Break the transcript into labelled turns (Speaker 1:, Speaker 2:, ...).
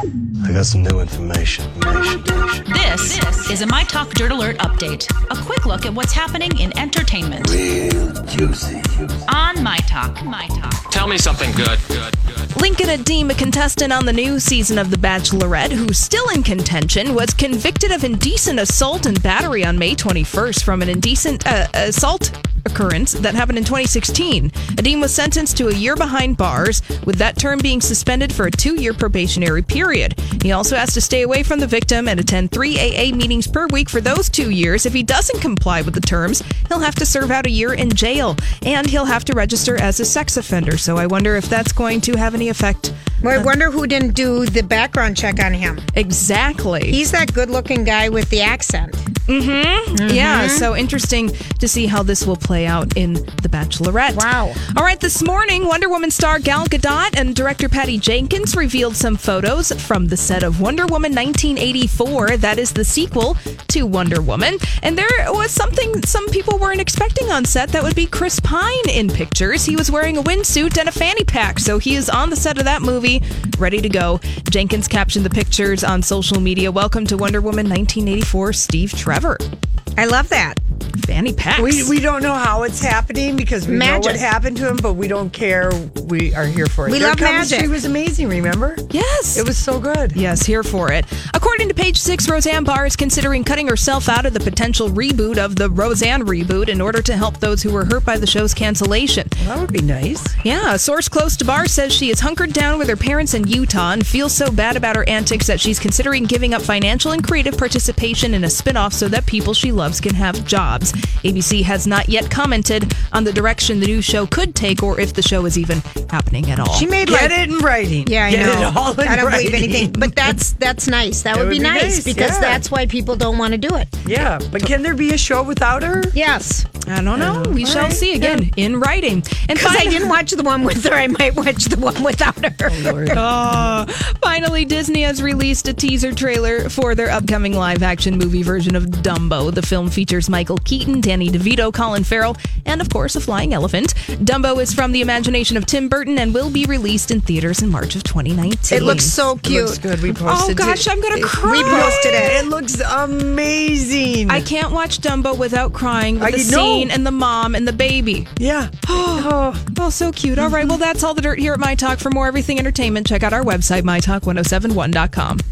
Speaker 1: I got some new information. information, information.
Speaker 2: This is a My Talk Dirt Alert update. A quick look at what's happening in entertainment
Speaker 3: Juicy.
Speaker 2: on My Talk. My Talk.
Speaker 4: Tell me something good. Good. Good.
Speaker 5: Lincoln Adeem, a contestant on the new season of The Bachelorette, who's still in contention, was convicted of indecent assault and battery on May 21st from an indecent uh, assault occurrence that happened in 2016. Adeem was sentenced to a year behind bars, with that term being suspended for a two-year probationary period. He also has to stay away from the victim and attend three AA meetings per week for those two years. If he doesn't comply with the terms, he'll have to serve out a year in jail, and he'll have to register as a sex offender. So I wonder if that's going to have any effect.
Speaker 6: I wonder who didn't do the background check on him.
Speaker 5: Exactly.
Speaker 6: He's that good looking guy with the accent.
Speaker 5: Yeah, so interesting to see how this will play out in The Bachelorette.
Speaker 6: Wow.
Speaker 5: All right, this morning, Wonder Woman star Gal Gadot and director Patty Jenkins revealed some photos from the set of Wonder Woman 1984. That is the sequel to Wonder Woman. And there was something some people weren't expecting on set that would be Chris Pine in pictures. He was wearing a windsuit and a fanny pack, so he is on the set of that movie, ready to go. Jenkins captioned the pictures on social media. Welcome to Wonder Woman 1984, Steve Trevor.
Speaker 6: I love that.
Speaker 5: Fanny packs.
Speaker 7: We, we don't know how it's happening because we
Speaker 6: Magic.
Speaker 7: know what happened to him, but we don't care. We are here for it.
Speaker 6: We
Speaker 7: Their
Speaker 6: love magic.
Speaker 7: chemistry was amazing, remember?
Speaker 5: yes.
Speaker 7: It was so good.
Speaker 5: Yes, here for it. According to page six, Roseanne Barr is considering cutting herself out of the potential reboot of the Roseanne reboot in order to help those who were hurt by the show's cancellation.
Speaker 7: That would be nice.
Speaker 5: Yeah, a source close to Barr says she is hunkered down with her parents in Utah and feels so bad about her antics that she's considering giving up financial and creative participation in a spinoff so that people she loves can have jobs. ABC has not yet commented on the direction the new show could take or if the show is even happening at all.
Speaker 6: She made like
Speaker 7: Get it in writing.
Speaker 6: Yeah, I
Speaker 7: Get
Speaker 6: know.
Speaker 7: it all in
Speaker 6: I don't
Speaker 7: writing.
Speaker 6: believe anything. But that's that's nice. That, would be, nice, because
Speaker 7: yeah.
Speaker 6: that's why people don't want to do it.
Speaker 7: Yeah, but can there be a show without her?
Speaker 6: Yes.
Speaker 5: I don't know. We shall
Speaker 7: right,
Speaker 5: see again in writing. And
Speaker 6: Because I
Speaker 5: finally-
Speaker 6: didn't watch the one with her, I might watch the one without her.
Speaker 5: Oh, finally, Disney has released a teaser trailer for their upcoming live action movie version of Dumbo. The film features Michael Keaton, Danny DeVito, Colin Farrell, and of course, a flying elephant. Dumbo is from the imagination of Tim Burton and will be released in theaters in March of 2019.
Speaker 6: It looks so
Speaker 7: It
Speaker 6: cute.
Speaker 7: looks good. We
Speaker 5: Oh,
Speaker 7: posted
Speaker 5: gosh,
Speaker 7: it.
Speaker 5: I'm going to cry.
Speaker 6: We posted it.
Speaker 7: It looks amazing.
Speaker 5: I can't watch Dumbo without crying with
Speaker 7: I
Speaker 5: the
Speaker 7: know.
Speaker 5: scene and the mom and the baby.
Speaker 7: yeah.
Speaker 5: Oh, oh, so cute. oh All right. Well, that's all the dirt here at My Talk. For more everything entertainment, check out our website, mytalk1071.com.